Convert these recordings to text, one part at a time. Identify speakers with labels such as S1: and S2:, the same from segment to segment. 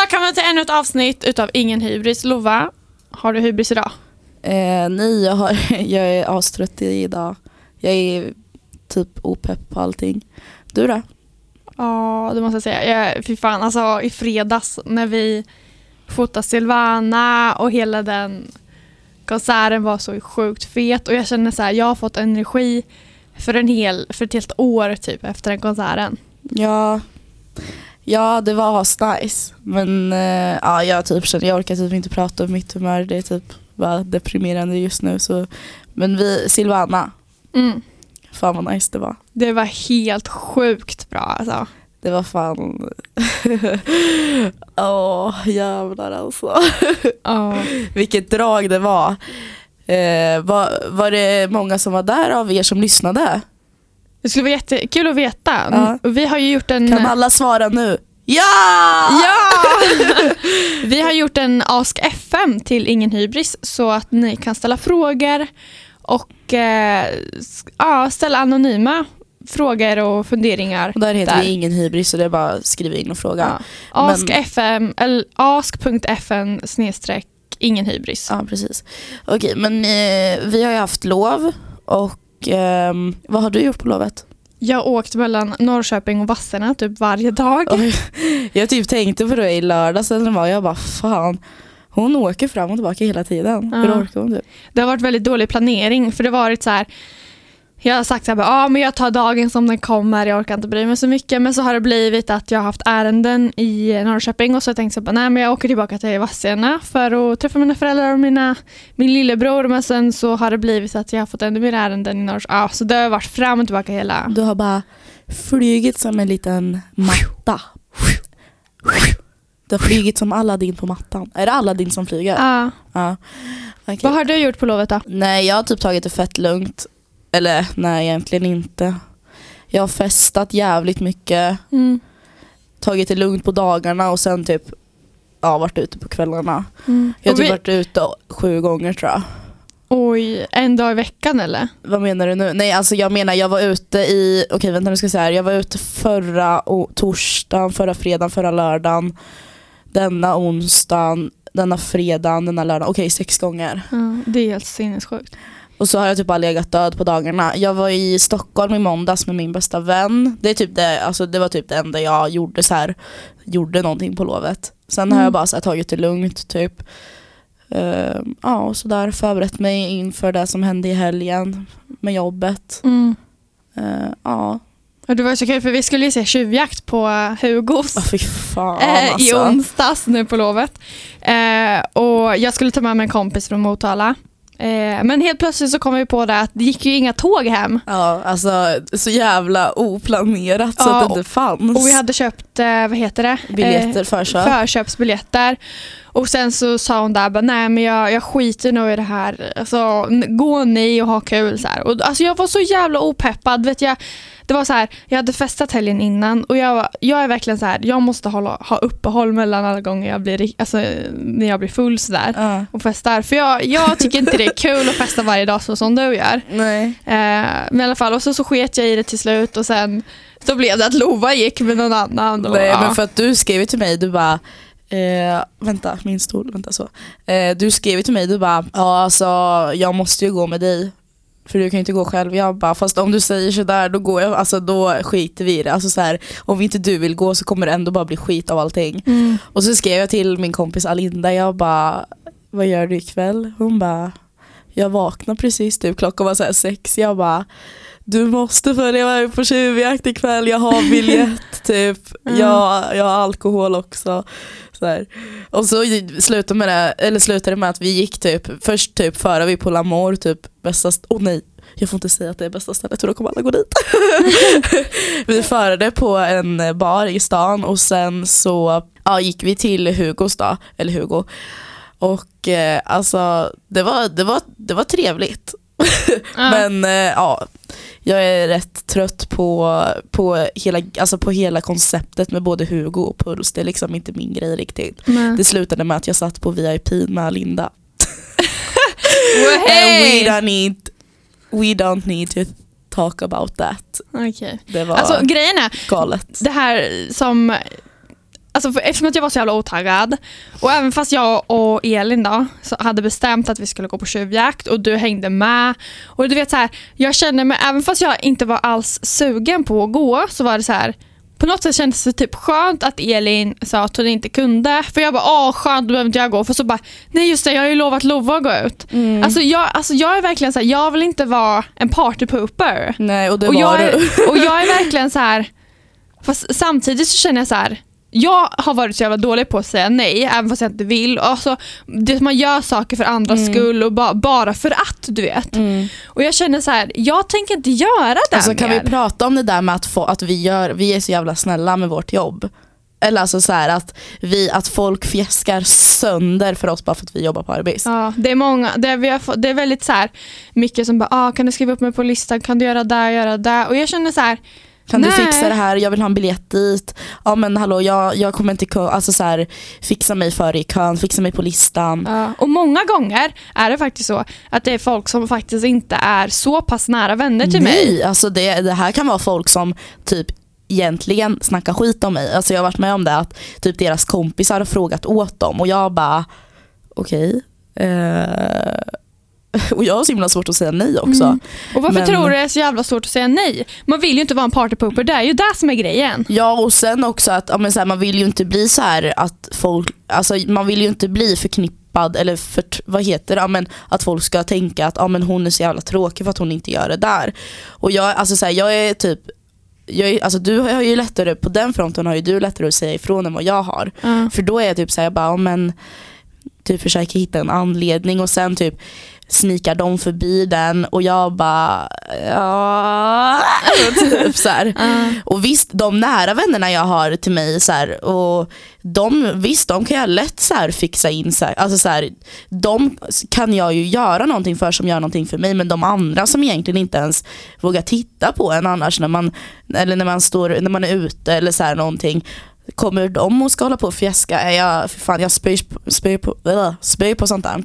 S1: välkommen till ännu ett avsnitt utav Ingen hybris. Lova, har du hybris idag?
S2: Eh, nej, jag, har, jag är astrött idag. Jag är typ opepp på allting. Du då?
S1: Ja, det måste jag säga. Jag, fy fan, alltså i fredags när vi fotade Silvana och hela den konserten var så sjukt fet och jag känner så här, jag har fått energi för, en hel, för ett helt år typ efter den konserten.
S2: Ja, ja det var asnice. Men eh, ja, jag, typ, känner- jag orkar typ inte prata om mitt humör. Det är typ bara deprimerande just nu. Så. Men vi, Silvana,
S1: Mm.
S2: fan vad nice det var.
S1: Det var helt sjukt bra alltså.
S2: Det var fan... Åh, jävlar alltså.
S1: Ja.
S2: Vilket drag det var. Eh, var. Var det många som var där av er som lyssnade?
S1: Det skulle vara jättekul att veta.
S2: Ja.
S1: Och Vi har ju gjort en...
S2: Kan alla svara nu? Ja!
S1: Ja! Vi har gjort en Ask FM till Ingen Hybris så att ni kan ställa frågor och eh, s- ja, ställa anonyma frågor och funderingar.
S2: Och där heter
S1: Där.
S2: vi ingen hybris så det är bara att skriva in och fråga.
S1: Ja. Ask FM, eller ask.fm snedstreck ingen hybris.
S2: Ja, precis. Okej, men eh, vi har ju haft lov och ehm, vad har du gjort på lovet?
S1: Jag har åkt mellan Norrköping och Vadstena typ varje dag.
S2: Oj. Jag typ tänkte på det i lördags eller vad, jag bara fan. Hon åker fram och tillbaka hela tiden. Hur
S1: Ja.
S2: orkar hon typ?
S1: Det har varit väldigt dålig planering för det har varit så här jag har sagt att ah, men jag tar dagen som den kommer, jag orkar inte bry mig så mycket. Men så har det blivit att jag har haft ärenden i Norrköping och så har jag tänkt så här, nej men jag åker tillbaka till Vadstena för att träffa mina föräldrar och mina, min lillebror. Men sen så har det blivit att jag har fått ännu mer ärenden i Norrköping. Ah, så det har varit fram och tillbaka hela...
S2: Du har bara flugit som en liten matta. Du har flugit som Aladdin på mattan. Är det Aladdin som flyger?
S1: Ah,
S2: Ja. Okej.
S1: vad har du gjort på lovet då?
S2: Nej, jag har typ tagit det fett lugnt. Eller nej, egentligen inte. Jag har festat jävligt mycket,
S1: Mm.
S2: tagit det lugnt på dagarna och sen typ ja, varit ute på kvällarna.
S1: Mm.
S2: Jag har
S1: Och
S2: typ
S1: vi,
S2: varit ute sju gånger tror jag.
S1: oj, en dag i veckan eller?
S2: Vad menar du nu? Nej alltså jag menar jag var ute i, okej vänta nu ska jag säga här. Jag var ute förra o- torsdagen, förra fredagen, förra lördagen, denna onsdagen, denna fredagen, denna lördagen. Okej sex gånger.
S1: Ja, det är helt sinnessjukt.
S2: Och så har jag typ bara legat död på dagarna. Jag var i Stockholm i måndags med min bästa vän. Det, är typ det, alltså, det var typ det enda jag gjorde så här, gjorde någonting på lovet. Sen har
S1: Mm.
S2: jag bara så här, tagit det lugnt typ. Ehm, ja och sådär förberett mig inför det som hände i helgen med jobbet.
S1: Mm.
S2: Eh, ja.
S1: Och det var så kul för vi skulle ju se tjuvjakt på eh, Hugos
S2: Ja, fy fan
S1: eh, i
S2: alltså.
S1: onsdags nu på lovet. Eh, och jag skulle ta med mig en kompis från Motala. Eh, men helt plötsligt så kom vi på det att det gick ju inga tåg hem.
S2: Ja, alltså så jävla oplanerat så
S1: Ja,
S2: att det inte fanns.
S1: Och vi hade köpt, eh, vad heter det?
S2: biljetter, förköp.
S1: förköpsbiljetter. Och sen så sa hon där, bara, nej men jag, jag skiter nog i det här. Alltså, n- gå ni och ha kul. Så här. Och, alltså, jag var så jävla opeppad. Vet jag, det var så här, jag hade festat helgen innan och jag, var- jag är verkligen så här, jag måste hålla, ha uppehåll mellan alla gånger jag blir, ri- alltså, när jag blir full så där
S2: Ja.
S1: och festar. För jag, jag tycker inte det är kul att festa varje dag så som du gör.
S2: Nej.
S1: Eh, men i alla fall, och så, så sket jag i det till slut och sen så blev det att Lova gick med någon annan. Och,
S2: Nej
S1: ja.
S2: men för att du skrev ju till mig, du bara Eh, vänta, min stol, vänta så. Eh, du skrev ju till mig, du bara ja alltså jag måste ju gå med dig. För du kan ju inte gå själv. Jag bara fast om du säger sådär då går jag, alltså då skiter vi i det. Alltså så här, om inte du vill gå så kommer det ändå bara bli skit av allting.
S1: Mm.
S2: Och så skrev jag till min kompis Alinda, jag bara, vad gör du ikväll? Hon bara, jag vaknade precis typ, klockan var så här sex, jag bara, du måste följa med på tjuvjakt ikväll, jag har biljett typ,
S1: Mm.
S2: jag, jag har alkohol också. Så här. Och så gi- slutade, med det, eller slutade det med att vi gick typ, först typ förade vi på Lamour typ, bästa, st- oh nej, jag får inte säga att det är bästa stället för då kommer alla gå dit. vi förade på en bar i stan och sen så ja, gick vi till Hugos då, eller Hugo. Och eh, alltså det var, det var, det var trevligt.
S1: Ja.
S2: Men eh, ja, jag är rätt trött på, på, hela, alltså på hela konceptet med både Hugo och Puls. Det är liksom inte min grej riktigt.
S1: Men-
S2: Det slutade med att jag satt på VIP med Linda. And
S1: Wohej!
S2: we don't need, we don't need to talk about that.
S1: Okej.
S2: Det var
S1: Alltså grejen är,
S2: galet.
S1: det här som alltså för, eftersom att jag var så jävla otaggad och även fast jag och Elin då, så hade bestämt att vi skulle gå på tjuvjakt och du hängde med. Och du vet så här, jag kände mig, även fast jag inte var alls sugen på att gå så var det så här på något sätt kändes det typ skönt att Elin sa att hon inte kunde. För jag bara, åh skönt, då behöver inte jag gå. För så bara, nej just det, jag har ju lovat Lova att gå ut. Alltså, jag, alltså jag är verkligen så här, jag vill inte vara en partypooper.
S2: Nej och det
S1: Och
S2: var
S1: jag, är,
S2: du.
S1: och jag är verkligen så här. Fast samtidigt så känner jag så här. Jag har varit så jävla dålig på att säga nej, även fast jag inte vill. Alltså, det, man gör saker för andras
S2: Mm.
S1: skull och ba, bara för att, du vet. Och jag känner så här, jag tänker inte göra det
S2: Alltså, kan
S1: mer.
S2: vi prata om det där med att, få, att vi, gör, vi är så jävla snälla med vårt jobb? Eller alltså så här att, vi, att folk fjäskar sönder för oss bara för att vi jobbar på Arbis.
S1: Ja, det är många. Det, är- vi har, fått- det är väldigt så här, mycket som bara, ah, kan du skriva upp mig på listan, kan du göra det, göra det. Och jag känner så här,
S2: Kan du
S1: nej.
S2: fixa det här? Jag vill ha en biljett dit. Ja men hallå jag, jag kommer inte kunna, alltså så här, fixa mig före i kön, fixa mig på listan.
S1: Ja, och många gånger är det faktiskt så att det är folk som faktiskt inte är så pass nära vänner till mig.
S2: Nej, alltså det, det här kan vara folk som typ egentligen snackar skit om mig. Alltså jag har varit med om det att typ deras kompisar har frågat åt dem och jag bara okej. eh. och jag har så himla svårt att säga nej också.
S1: Och varför
S2: Men-
S1: tror du det är så jävla svårt att säga nej? Man vill ju inte vara en partypooper, det är ju det som är grejen.
S2: Ja och sen också att ja, men så här, man vill ju inte bli så här att folk, alltså man vill ju inte bli förknippad eller för, vad heter det, ja, men att folk ska tänka att ja, men hon är så jävla tråkig för att hon inte gör det där. Och jag, alltså, så här, jag är typ jag är, alltså du har ju lättare, på den fronten har ju du lättare att säga ifrån än vad jag har. För då är jag typ såhär, jag bara, ja, men typ försöker hitta en anledning och sen typ snikar de förbi den och jag bara, ja, typ så här. Och visst, de nära vännerna jag har till mig, så här, och de, visst de kan jag lätt så här, fixa in. Så här, alltså, så här, de kan jag ju göra någonting för som gör någonting för mig, men de andra som egentligen inte ens vågar titta på en annars när man, eller när man, står, när man är ute eller så här, någonting. Kommer de och ska hålla på och fjäska? Är Jag, för fan, jag spyr, spyr, på, äh, spyr på sånt där.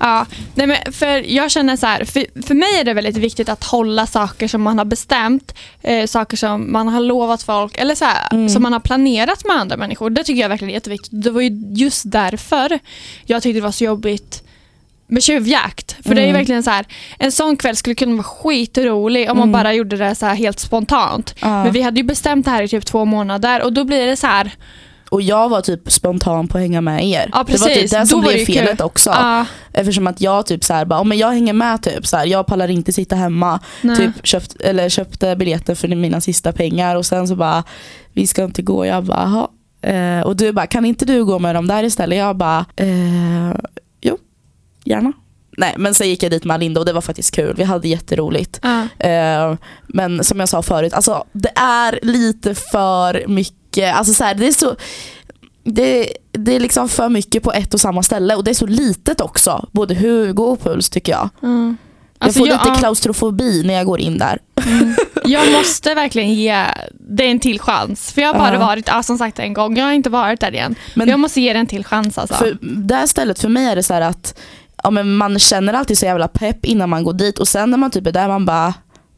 S1: Ja, nej men för jag känner så här, för, för mig är det väldigt viktigt att hålla saker som man har bestämt, eh, saker som man har lovat folk eller så här,
S2: Mm.
S1: som man har planerat med andra människor. Det tycker jag verkligen är jätteviktigt. Det var ju just därför jag tyckte det var så jobbigt med tjuvjakt. För det är ju
S2: Mm.
S1: verkligen så här, en sån kväll skulle kunna vara skitrolig om man bara gjorde det så här helt spontant.
S2: Mm. Ja.
S1: Men vi hade ju bestämt det här i typ två månader och då blir det så här,
S2: Och jag var typ spontan på att hänga med er.
S1: Ja,
S2: Det var typ
S1: precis.
S2: det som
S1: Då var
S2: blev
S1: det ju
S2: felet
S1: kul.
S2: också.
S1: ah,
S2: Eftersom att jag typ så här, bara, "Ja, men jag hänger med typ, så här, jag pallar inte sitta hemma.
S1: nej.
S2: Typ köpt, eller köpte biljetter för mina sista pengar och sen så bara, vi ska inte gå. Jag bara, "Jaha." eh, Och du bara, kan inte du gå med dem där istället? Jag bara, eh, jo, gärna. Nej men sen gick jag dit med Alinda och det var faktiskt kul, vi hade jätteroligt.
S1: Ah.
S2: Eh, men som jag sa förut, alltså, det är lite för mycket. Alltså, så här, det, är så, det, det är liksom för mycket på ett och samma ställe och det är så litet också. Både Hugo och Puls tycker jag.
S1: Mm. Alltså,
S2: jag får lite
S1: ah.
S2: klaustrofobi när jag går in där.
S1: Jag måste verkligen ge det en till chans. För jag har bara
S2: Ja.
S1: varit, ah, som sagt en gång, jag har inte varit där igen.
S2: Men-
S1: jag måste ge det en till chans alltså.
S2: För det här stället för mig är det så här att ja, men man känner alltid så jävla pepp innan man går dit och sen när man typ är där man bara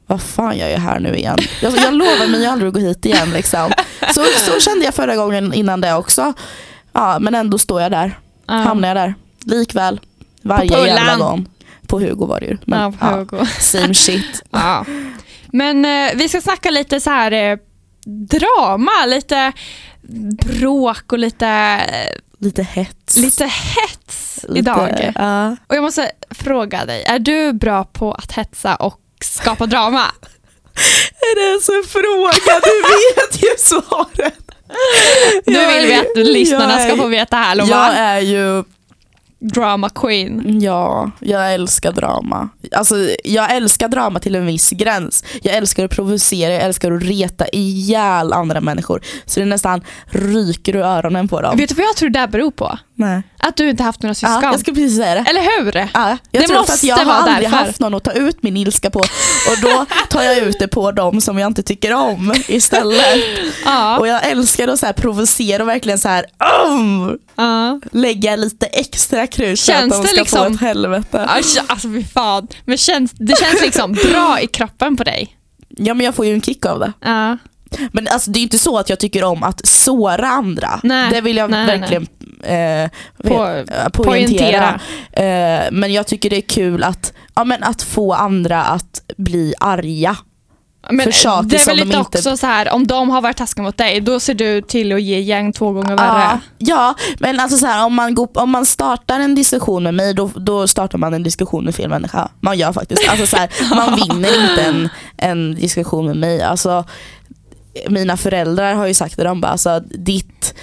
S2: vad fan gör jag här nu igen? Jag, jag lovar mig jag aldrig att gå hit igen. Liksom. Så, så kände jag förra gången innan det också. Ja, men ändå står jag där.
S1: Ja.
S2: hamnar jag där. Likväl. Varje
S1: På Pullan.
S2: jävla gång. På Hugo var det ju. Men,
S1: Ja,
S2: ja,
S1: Hugo.
S2: same shit.
S1: Ja. Men eh, vi ska snacka lite så här eh, drama, lite bråk och lite, eh,
S2: Lite hets.
S1: lite hets idag.
S2: Ja.
S1: Och jag måste fråga dig, är du bra på att hetsa och skapa drama?
S2: Är det ens en fråga? Du vet ju svaren.
S1: Nu
S2: Jag
S1: vill vi
S2: är-
S1: att lyssnarna
S2: jag är-
S1: ska få veta här Lova.
S2: Jag är ju,
S1: Drama queen.
S2: ja, jag älskar drama. Alltså, jag älskar drama till en viss gräns. Jag älskar att provocera, jag älskar att reta ihjäl andra människor. Så det nästan ryker ur öronen på dem.
S1: Vet du vad jag tror det där beror på?
S2: Nej.
S1: Att du inte haft några syskon.
S2: Ja, jag ska precis säga det.
S1: Eller hur?
S2: Ja, jag
S1: Det
S2: tror också att jag
S1: måste
S2: har
S1: vara
S2: aldrig
S1: därför.
S2: haft någon att ta ut min ilska på och då tar jag ut det på dem som jag inte tycker om istället.
S1: Ja.
S2: Och jag älskar att så här provocera och verkligen så här, "Åh!"
S1: ja.
S2: lägga lite extra krut för att
S1: Känns
S2: de
S1: det
S2: ska få
S1: liksom-
S2: ett helvete.
S1: Aj, alltså fy fan. Men känns, det känns liksom bra i kroppen på dig.
S2: Ja men jag får ju en kick av det.
S1: Ja.
S2: Men alltså, det är ju inte så att jag tycker om att såra andra.
S1: Nej,
S2: det vill jag
S1: nej, nej,
S2: verkligen eh,
S1: På-
S2: eh, poängtera.
S1: Poängtera.
S2: Eh, men jag tycker det är kul att, ja, men att få andra att bli arga.
S1: Men
S2: för saker
S1: det är väl
S2: som de
S1: lite
S2: inte-
S1: också så här, om de har varit taskiga mot dig, då ser du till att ge gäng två gånger värre.
S2: Ja, men alltså så här, om, man går, om man startar en diskussion med mig då, då startar man en diskussion med fel människa. Man gör faktiskt. Alltså så här, man vinner inte en, en diskussion med mig. Alltså, mina föräldrar har ju sagt det, de bara alltså, ditt,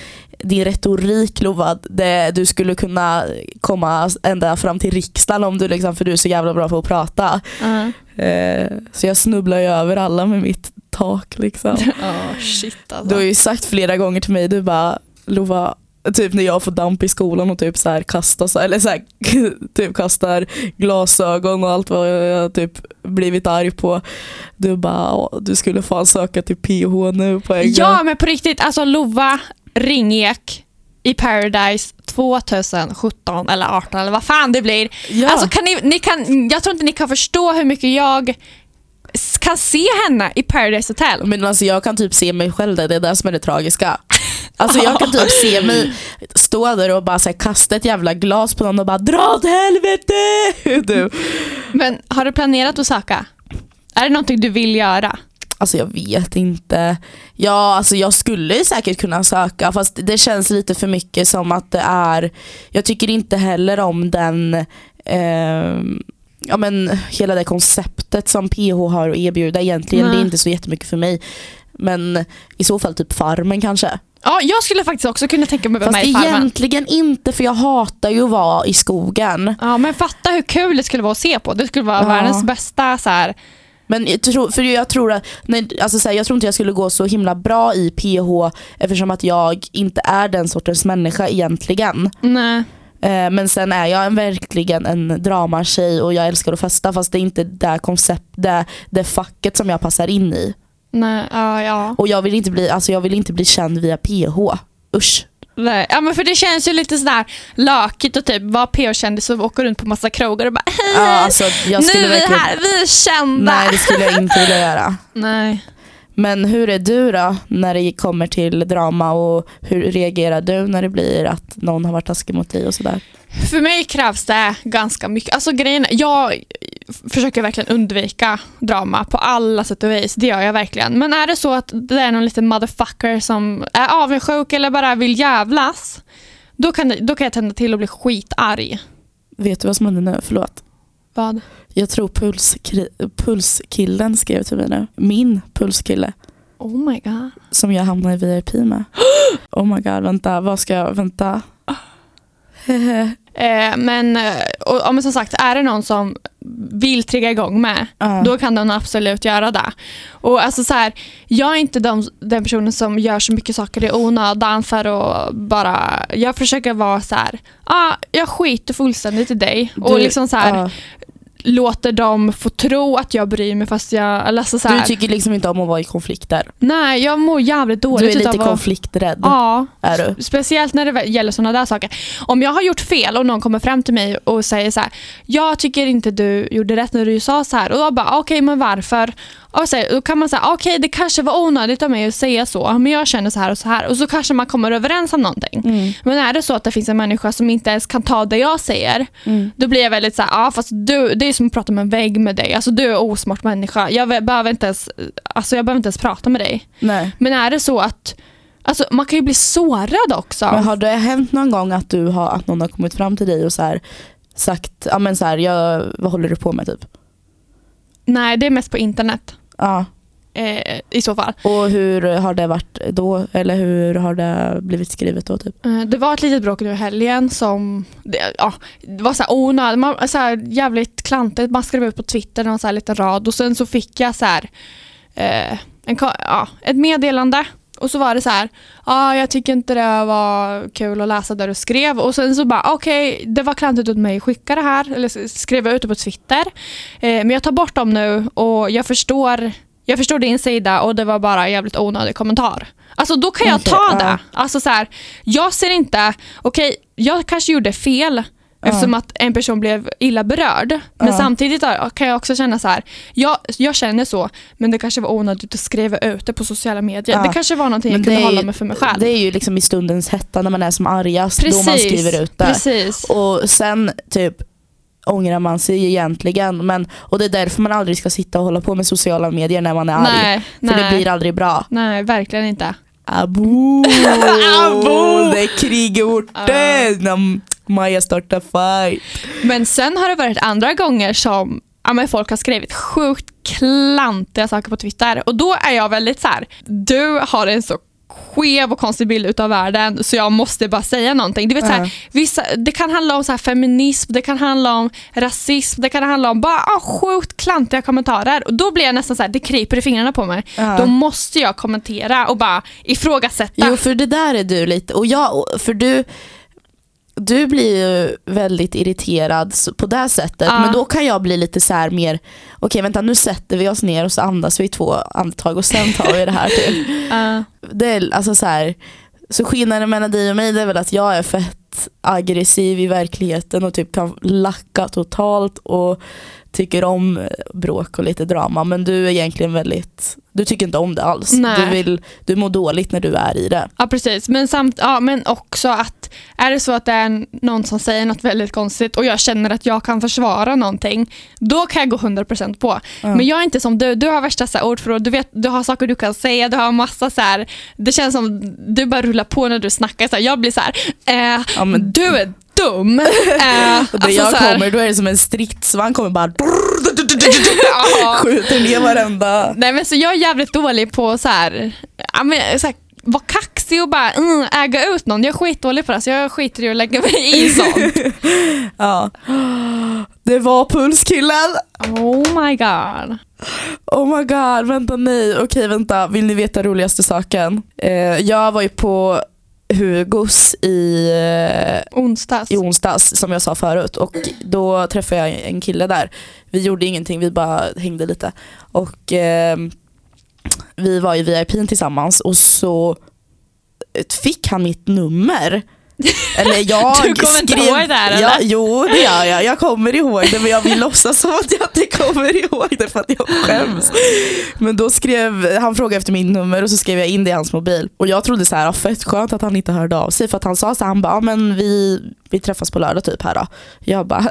S2: din retorik Lova, det, du skulle kunna komma ända fram till riksdagen om du liksom, för du är så jävla bra på att prata.
S1: Ja.
S2: Eh, så jag snubblar ju över alla med mitt tak liksom.
S1: Oh, shit alltså.
S2: Du har ju sagt flera gånger till mig, du bara Lova, typ när jag får damp i skolan och typ så här kastar, så- eller så här, typ kastar glasögon och allt vad jag typ blivit arg på. Du bara, "Ja, du skulle fan söka till PH nu på en gång.
S1: Ja men på riktigt, alltså Lova Ringek i Paradise 2017 eller 18 eller vad fan det blir.
S2: Ja.
S1: Alltså kan ni, ni kan, jag tror inte ni kan förstå hur mycket jag s- kan se henne i Paradise Hotel.
S2: Men alltså jag kan typ se mig själv där, det är det som är det tragiska. Alltså jag kan typ se mig stå där och bara så här, kasta ett jävla glas på någon och bara dra åt helvete! Du.
S1: Men har du planerat att söka? Är det någonting du vill göra?
S2: Alltså jag vet inte. Ja, alltså jag skulle ju säkert kunna söka fast det känns lite för mycket som att det är, jag tycker inte heller om den, ehm, ja men hela det konceptet som PH har att erbjuda egentligen.
S1: Nej.
S2: Det är inte så jättemycket för mig. Men i så fall typ Farmen kanske.
S1: Ja, jag skulle faktiskt också kunna tänka mig att vara
S2: Fast
S1: med i Farmen.
S2: egentligen inte för jag hatar ju att vara i skogen.
S1: Ja, men fatta hur kul det skulle vara att se på. Det skulle vara
S2: Ja.
S1: världens bästa så här.
S2: Men jag tror, för jag tror att, nej, alltså så här, jag tror inte jag skulle gå så himla bra i PH eftersom att jag inte är den sortens människa egentligen.
S1: Nej.
S2: Eh, men sen är jag en, verkligen en dramatjej och jag älskar att festa fast det är inte det koncept, det, det facket som jag passar in i.
S1: Nej, ja, ja.
S2: Och jag vill inte bli, alltså jag vill inte bli känd via PH. Usch.
S1: Nej. ja men för det känns ju lite sådär lökigt att typ vara PH-kändis och åka runt på massa krogar och bara hej,
S2: Ja, alltså, jag
S1: nu
S2: skulle
S1: är vi
S2: verkligen,
S1: här, vi är kända.
S2: Nej det skulle jag inte vilja göra.
S1: Nej.
S2: Men hur är du då när det kommer till drama och hur reagerar du när det blir att någon har varit taskig mot dig och sådär?
S1: För mig krävs det ganska mycket. Alltså grejen, är- jag försöker verkligen undvika drama på alla sätt och vis. Det gör jag verkligen. Men är det så att det är någon liten motherfucker som är avundsjuk eller bara vill jävlas, då kan, det- då kan jag tända till och bli skitarg.
S2: Vet du vad som hände nu? Förlåt.
S1: Vad?
S2: Jag tror pulskri- pulskillen skrev till mig nu. Min pulskille.
S1: Oh my god.
S2: som jag hamnar i VIP med. Oh my god, vänta, vad ska jag, vänta.
S1: Eh, men, eh, och, ja, men som sagt, är det någon som vill trigga igång med,
S2: Ja.
S1: då kan den absolut göra det. Och alltså så här, jag är inte de, den personen som gör så mycket saker i onödan för att bara... Jag försöker vara så här, ah, jag skiter fullständigt i dig och
S2: Du-
S1: liksom så här,
S2: ja.
S1: låter dem få tro att jag bryr mig fast jag... eller Alltså så
S2: Du
S1: här,
S2: tycker liksom inte om att vara i konflikter.
S1: nej, jag mår jävligt
S2: Du
S1: dåligt
S2: är lite
S1: utav att...
S2: konflikträdd.
S1: Ja,
S2: Är du?
S1: Speciellt när det gäller sådana där saker. Om jag har gjort fel och någon kommer fram till mig och säger så här, jag tycker inte du gjorde rätt när du sa så här. Och jag bara, okej men varför? Och så, här, då kan man säga, okej det kanske var onödigt av mig att säga så, men jag känner så här och så här. Och så kanske man kommer överens om någonting.
S2: Mm.
S1: Men är det så att det finns en människa som inte ens kan ta det jag säger,
S2: Mm.
S1: då blir jag väldigt så här, ja fast du, det är som att prata med en vägg med dig. Alltså du är en osmart människa. Jag behöver inte ens, alltså, jag behöver inte ens prata med dig.
S2: Nej.
S1: Men är det så att Alltså, man kan ju bli sårad också.
S2: Men har det hänt någon gång att, du har, att någon har kommit fram till dig och så här, sagt, ja men så här, jag, vad håller du på med typ?
S1: Nej, det är mest på internet
S2: Ja.
S1: eh, i så fall.
S2: Och hur har det varit då? Eller hur har det blivit skrivet då typ?
S1: Eh, det var ett litet bråk nu i helgen som det, ja, det var så här onödigt, man, så här jävligt klantigt. Man skrev ut på Twitter någon så här liten rad och sen så fick jag så här, eh, en, ka- ja, ett meddelande och så var det så här, ah, jag tycker inte det var kul att läsa det du skrev och sen så bara okej, det var klantigt åt mig att skicka det här eller s- skriva ut det på Twitter. Eh, men jag tar bort dem nu och jag förstår, jag förstår din sida och det var bara en jävligt onödig kommentar. Alltså då kan jag
S2: Okej,
S1: ta
S2: ja.
S1: det. Alltså så här, jag ser inte, okej jag kanske gjorde fel
S2: Ja.
S1: Eftersom att en person blev illa berörd. Men
S2: Ja.
S1: samtidigt har- kan jag också känna så här. Jag, jag känner så, men det kanske var onödigt att skriva ut det på sociala medier.
S2: Ja.
S1: Det kanske var någonting
S2: Men
S1: jag kunde
S2: det är ju-
S1: hålla mig för mig själv.
S2: Det är ju liksom i stundens hetta när man är som argast då man skriver ut det.
S1: Precis.
S2: Och sen typ ångrar man sig egentligen. Men, och det är därför man aldrig ska sitta och hålla på med sociala medier när man är arg.
S1: nej,
S2: För
S1: nej,
S2: det blir aldrig bra.
S1: nej, verkligen inte.
S2: Abo!
S1: Abo!
S2: Det är krig i orten! När Maja startar fight.
S1: Men sen har det varit andra gånger som ja, men folk har skrivit sjukt klantiga saker på Twitter och då är jag väldigt så här. du har en så skev och konstig bild utav världen så jag måste bara säga någonting. Du vet, så här,
S2: Ja.
S1: vissa, det kan handla om så här, feminism, det kan handla om rasism, det kan handla om bara ah, sjukt klantiga kommentarer och då blir jag nästan så här, det kryper i fingrarna på mig.
S2: Ja.
S1: Då måste jag kommentera och bara ifrågasätta.
S2: Jo för det där är du lite, och jag, för du du blir ju väldigt irriterad s- på det sättet
S1: Ja.
S2: men då kan jag bli lite så här mer okej vänta nu sätter vi oss ner och så andas vi i två andetag och sen tar vi det här typ. till.
S1: Eh,
S2: Det är alltså så här så skillnaden mellan dig och mig det är väl att jag är fett aggressiv i verkligheten och typ kan lacka totalt och tycker om eh, bråk och lite drama men du är egentligen väldigt, du tycker inte om det alls.
S1: Nej.
S2: Du, vill, du mår dåligt när du är i det.
S1: Ja precis, men, samt, ja, men också att är det så att det är någon som säger något väldigt konstigt och jag känner att jag kan försvara någonting, då kan jag gå 100% på.
S2: Ja.
S1: Men jag är inte som du, du har värsta så här ordförråd, du, vet, du har saker du kan säga, du har massa så här, det känns som du bara rullar på när du snackar. Så här, jag blir så här, eh,
S2: Ja, men-
S1: du är dum. Eh,
S2: Och där jag
S1: så här,
S2: kommer då är det som en stridsvagn kommer bara
S1: ja.
S2: skjuter ner varenda.
S1: Nej men så jag är jävligt dålig på så här, ja, men, så här vara kaxig och bara mm, äga ut någon. Jag är skitdålig på det så jag skiter i att lägga mig i sånt.
S2: Ja. Det var pulskillen.
S1: Oh my god.
S2: Oh my god, vänta nej. Okej vänta, vill ni veta roligaste saken? Eh, jag var ju på Hugos i, eh,
S1: Onsdags.
S2: i onsdags som jag sa förut och då träffade jag en kille där. Vi gjorde ingenting, vi bara hängde lite. Och eh, vi var i VIP tillsammans och så fick han mitt nummer. Eller jag
S1: Du kommer inte
S2: skrev,
S1: ihåg det här,
S2: Ja,
S1: eller?
S2: jo det gör jag. Jag kommer ihåg det men jag vill låtsas som att jag inte kommer ihåg det för att jag skäms. Men då skrev, han frågade efter mitt nummer och så skrev jag in det i hans mobil. Och jag trodde så här, ah, fett skönt att han inte hörde av sig för att han sa så här, han bara, ah, men vi, vi träffas på lördag typ här då. Jag bara,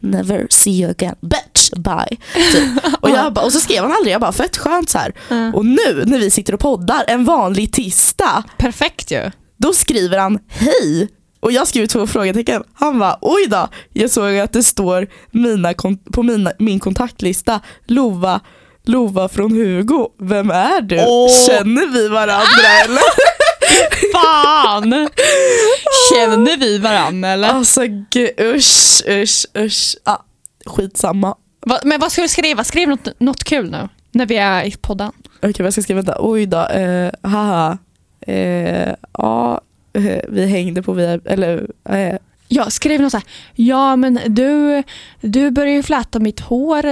S2: never see you again bitch, bye. Typ. Och, jag bara, och så skrev han aldrig, jag bara fett skönt så här.
S1: Ja.
S2: Och nu när vi sitter och poddar en vanlig tisdag,
S1: Perfekt ju.
S2: då skriver han hej. Och jag skriver två frågetecken. Han var oj då, jag såg att det står mina kon- på mina, min kontaktlista Lova, Lova från Hugo. Vem är du?
S1: Åh. Ah!
S2: Känner vi varandra eller?
S1: Fan! Känner vi varandra eller?
S2: Alltså gud, usch, usch, usch. Ah, skitsamma.
S1: Va, men vad ska du skriva? Skriv något, något kul nu när vi är i podden.
S2: Okej vad ska jag skriva? Vänta. Oj då, eh, haha. Eh, ja, eh, vi hängde på via, eller eh,
S1: Ja, skriv något så här. Ja men du, du börjar ju fläta mitt hår och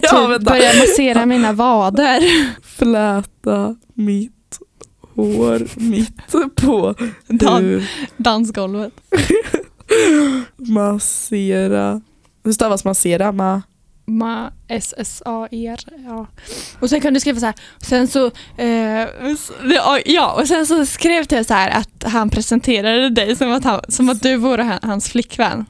S2: Ja,
S1: typ
S2: vänta.
S1: börjar massera mina vader.
S2: fläta mitt hår mitt på
S1: Dan-
S2: hur
S1: Dansgolvet.
S2: massera. Hur stavas massera? Ma
S1: Ma SSAR. E Ja. Och sen kan du skriva så här. Sen så, eh, s- ja, och sen så skrev jag så här att han presenterade dig som att, han, som att du vore han- hans flickvän.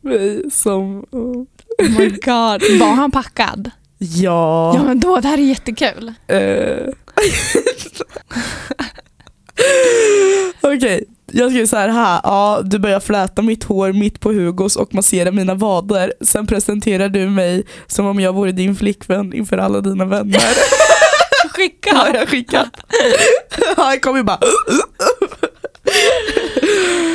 S2: mig som...
S1: Oh my god. Var han packad?
S2: Ja.
S1: Ja men då, det här är jättekul.
S2: eh. Okej, jag skriver så här. Ha, ja, du börjar fläta mitt hår mitt på Hugos och massera mina vader. Sen presenterar du mig som om jag vore din flickvän inför alla dina vänner. har
S1: Skicka.
S2: jag skickat. Han kommer ju bara...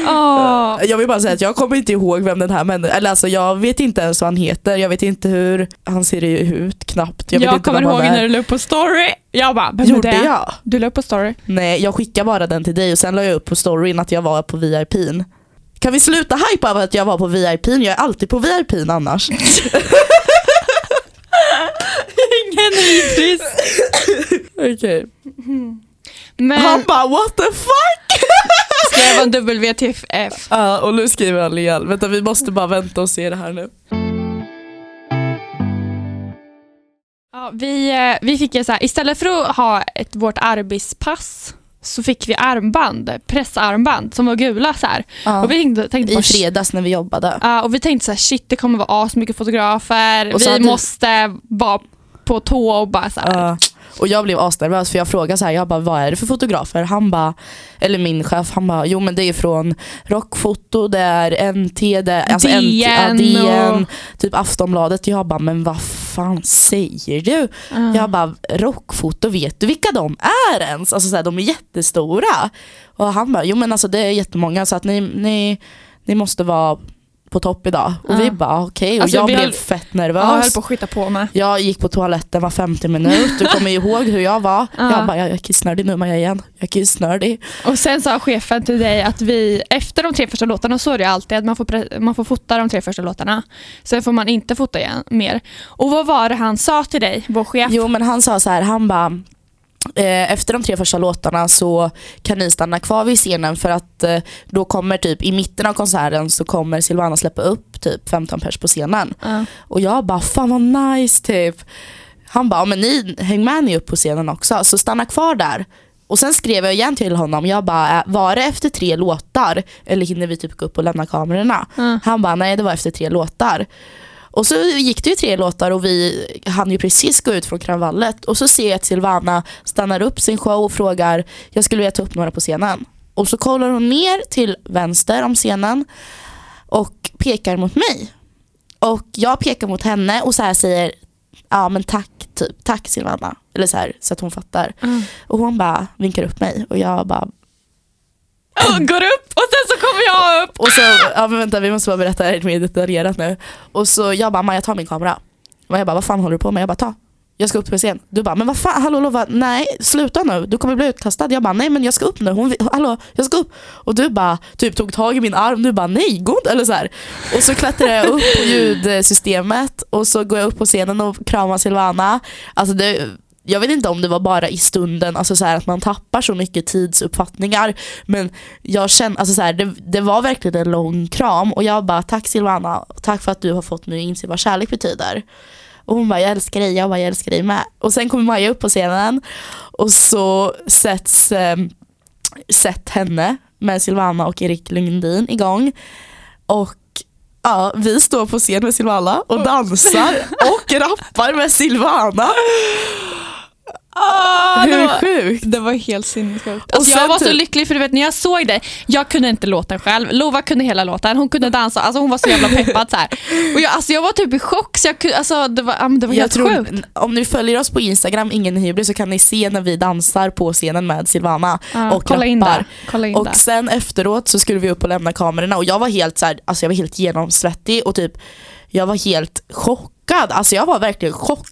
S1: Åh.
S2: Jag vill bara säga att jag kommer inte ihåg vem den här människan, eller alltså jag vet inte ens vad han heter, jag vet inte hur han ser ut knappt.
S1: Jag,
S2: vet inte
S1: kommer
S2: vem han
S1: ihåg
S2: är.
S1: när du la upp på story. Jag bara, vem
S2: Gjorde
S1: är det?
S2: jag?
S1: Du la upp på story.
S2: Nej, jag skickade bara den till dig och sen la jag upp på storyn att jag var på VIPn. Kan vi sluta hypa av att jag var på VIPn? Jag är alltid på VIPn annars.
S1: Ingen nypris.
S2: Okej.
S1: Men,
S2: Han bara what the fuck?
S1: skrev han WTF.
S2: Ja, och nu skriver han Leal. Vänta vi måste bara vänta och se det här nu.
S1: Ja, vi, eh, vi fick ju så här, istället för att ha ett, vårt arbetspass så fick vi armband, pressarmband som var gula så här. Och vi tänkte, tänkte
S2: I
S1: bara,
S2: fredags när vi jobbade.
S1: Ja, och vi tänkte så här, shit det kommer vara asmycket fotografer,
S2: Och så
S1: vi
S2: hade-
S1: måste vara på tå och bara så här.
S2: Ja. och jag blev asnervös för jag frågade så här, jag bara vad är det för fotografer? Han bara, eller min chef, han bara jo men det är från rockfoto, det är NT, det är alltså
S1: DN
S2: NT, ja,
S1: och-
S2: DN typ Aftonbladet. Jag bara men vad fan säger du?
S1: Ja.
S2: Jag bara rockfoto, vet du vilka de är ens? Alltså så här, de är jättestora. Och han bara jo men alltså det är jättemånga så att ni, ni, ni måste vara på topp idag. Och
S1: Ja.
S2: vi bara okej och
S1: Alltså,
S2: jag
S1: vi
S2: blev
S1: höll-
S2: fett
S1: Ja, jag
S2: nervös.
S1: höll på att skita på mig.
S2: Jag gick på toaletten var 50 minut, du kommer ihåg hur jag var.
S1: Ja.
S2: Jag bara, jag jag är kissnödig nu Maja igen. Jag är kissnödig.
S1: Och sen sa chefen till dig att vi, efter de tre första låtarna så är det ju alltid att man får, pre- man får fota de tre första låtarna. Sen får man inte fota igen, mer. Och vad var det han sa till dig, vår chef?
S2: Jo men han sa så här, han bara, eh, efter de tre första låtarna så kan ni stanna kvar vid scenen för att eh, då kommer typ i mitten av konserten så kommer Silvana släppa upp typ 15 pers på scenen.
S1: Ja.
S2: Och jag bara, fan vad nice typ. Han bara, "Ja, men ni, häng med ni upp på scenen också, så stanna kvar där. Och sen skrev jag igen till honom, jag bara, "Äh, var det efter tre låtar? Eller hinner vi typ gå upp och lämna kamerorna?
S1: Mm.
S2: Han bara, nej det var efter tre låtar. Och så gick det ju tre låtar och vi hann ju precis gå ut från kravallet. Och så ser jag att Silvana stannar upp sin show och frågar, jag skulle vilja ta upp några på scenen. Och så kollar hon ner till vänster om scenen och pekar mot mig. Och jag pekar mot henne och så här säger, ja men tack, typ, tack Silvana. Eller så här, så att hon fattar.
S1: Mm.
S2: Och hon bara vinkar upp mig och jag bara,
S1: Och Går upp och sen så kommer jag upp.
S2: och så, ja men vänta vi måste bara berätta det här mer detaljerat nu. Och så jag bara, Maja ta min kamera. Och jag bara, vad fan håller du på med? Jag bara, ta. Jag ska upp på scen. Du bara, men vad fan, hallå Lova, nej sluta nu, du kommer bli utkastad. Jag bara, nej men jag ska upp nu, Hon, vill- hallå jag ska upp. Och du bara, typ tog tag i min arm, du bara, nej gå inte, eller så här. Och så klättrar jag upp på ljudsystemet och så går jag upp på scenen och kramar Silvana. Alltså det, jag vet inte om det var bara i stunden, alltså så här, att man tappar så mycket tidsuppfattningar. Men jag kände, alltså så här, det, det var verkligen en lång kram och jag bara tack Silvana, tack för att du har fått mig att inse vad kärlek betyder. Och hon bara jag älskar dig, jag bara jag älskar dig med. Och sen kommer Maja upp på scenen och så sätts eh, sätt henne med Silvana och Erik Lundin igång. Och ja, vi står på scen med Silvana och dansar och rappar med Silvana.
S1: Ah, det,
S2: Hur
S1: var,
S2: sjukt?
S1: det var helt sinnessjukt.
S2: Och
S1: Alltså, jag
S2: sen
S1: var så
S2: typ-
S1: lycklig för du vet när jag såg dig, jag kunde inte låten själv. Lova kunde hela låten, hon kunde dansa, alltså, hon var så jävla peppad. Så här. Och jag, alltså, jag var typ i chock, så jag, kunde- alltså, det var, ja, men det var
S2: Jag
S1: helt
S2: tror,
S1: sjukt.
S2: om ni följer oss på Instagram, ingen hybris, så kan ni se när vi dansar på scenen med Silvana.
S1: Ja,
S2: och
S1: kolla in
S2: rappar.
S1: där. Kolla in där.
S2: Och sen efteråt så skulle vi upp och lämna kamerorna och jag var helt så här, alltså jag var helt genomsvettig och typ jag var helt chockad. Alltså jag var verkligen chockad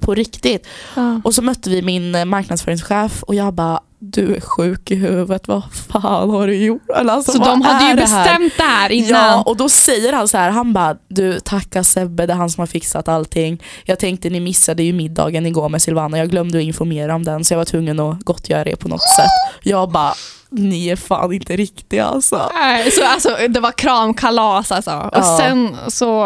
S2: på riktigt.
S1: Ja.
S2: Och så mötte vi min eh, marknadsföringschef och jag bara du är sjuk i huvudet, vad fan har du gjort? Eller Alltså,
S1: Så
S2: vad
S1: de hade
S2: är
S1: ju
S2: det här?
S1: bestämt det här innan.
S2: Ja, och då säger han så här, han bara du tacka Sebbe, det är han som har fixat allting. Jag tänkte ni missade ju middagen igår med Silvana, jag glömde att informera om den så jag var tvungen att gottgöra er på något sätt. Jag bara, ni är fan inte riktiga alltså.
S1: Nej, Så alltså, det var kramkalas alltså. Och
S2: Ja.
S1: sen så,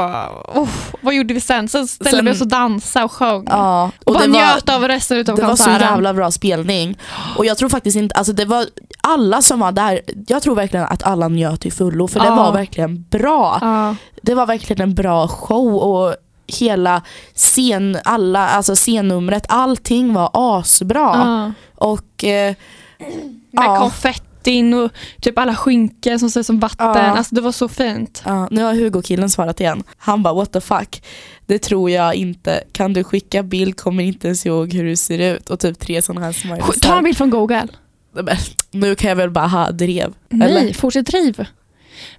S1: oh, vad gjorde vi sen? Sen ställde
S2: Sen-
S1: vi oss och dansade och sjöng.
S2: Ja,
S1: Och,
S2: och
S1: bara
S2: det var,
S1: njöt av resten utav
S2: det var så
S1: konserten.
S2: jävla bra spelning. Och jag tror faktiskt inte, alltså det var alla som var där, jag tror verkligen att alla njöt till fullo för det
S1: Ja.
S2: var verkligen bra.
S1: Ja.
S2: det var verkligen en bra show och hela scen, alla, alltså scennumret, allting var asbra.
S1: Ja.
S2: Och eh,
S1: Med
S2: Ja.
S1: konfettin och typ alla skinkor som ser som vatten.
S2: Ja.
S1: Alltså det var så fint.
S2: ja, nu har Hugo-killen svarat igen. Han bara what the fuck, det tror jag inte. Kan du skicka bild, kommer inte ens ihåg hur du ser ut. Och typ tre sådana här smileys.
S1: Ta en bild från Google.
S2: Men, Nu kan jag väl bara ha drev.
S1: Nej,
S2: Eller?
S1: fortsätt driv.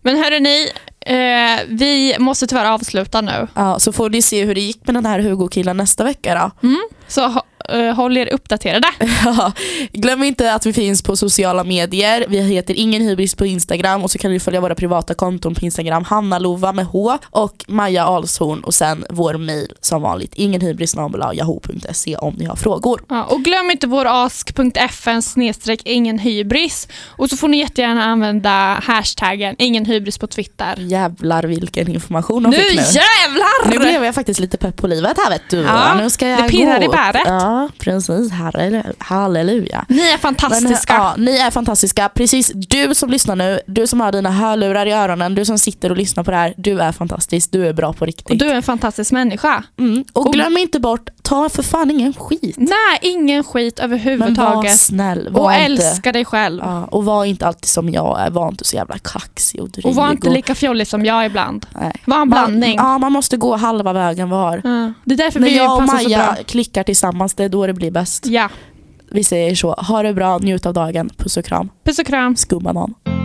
S1: Men hörrni, eh, vi måste tyvärr avsluta nu.
S2: Ja, så får ni se hur det gick med den här Hugo-killen nästa vecka då.
S1: Så ha- eh, håll er uppdaterade.
S2: Ja. Glöm inte att vi finns på sociala medier. Vi heter ingen hybris på Instagram och så kan du följa våra privata konton på Instagram. Hanna Lova med H och Maja Alshorn och sen vår mail som vanligt. Ingenhybris.yahoo.se om ni har frågor.
S1: Ja, och glöm inte vår ask.fn snedstreck ingen hybris. Och så får ni jättegärna använda hashtaggen ingen hybris på Twitter.
S2: Jävlar vilken information de
S1: Nu
S2: fick nu.
S1: jävlar!
S2: Nu blev jag faktiskt lite pepp på livet här vet du.
S1: Ja,
S2: nu ska jag
S1: det pirrar
S2: gå
S1: i
S2: upp.
S1: bäret.
S2: Ja, precis. Herre- Halleluja.
S1: Ni är
S2: Men, eh,
S1: fantastiska.
S2: ja, ni är fantastiska. Precis, du som lyssnar nu, du som har dina hörlurar i öronen, du som sitter och lyssnar på det här, du är fantastisk, du är bra på riktigt.
S1: och du är en fantastisk människa.
S2: mm. och glöm inte bort, ta för fan ingen skit.
S1: Nej, ingen skit
S2: Men var
S1: överhuvudtaget.
S2: snäll. Var
S1: Och
S2: inte,
S1: älska dig själv.
S2: ja, och var inte alltid som jag är, var inte så jävla kaxig och dryg.
S1: Och var inte lika fjollig som jag ibland.
S2: Nej.
S1: Var en
S2: man,
S1: blandning.
S2: ja, man måste gå halva vägen var.
S1: Ja. Det är därför
S2: När
S1: vi
S2: jag och
S1: passar så bra.
S2: Maja klickar tillsammans, det är då det blir bäst.
S1: Ja.
S2: Vi säger så, ha det bra, njut av dagen, puss och kram,
S1: Puss och kram.
S2: skumbanan.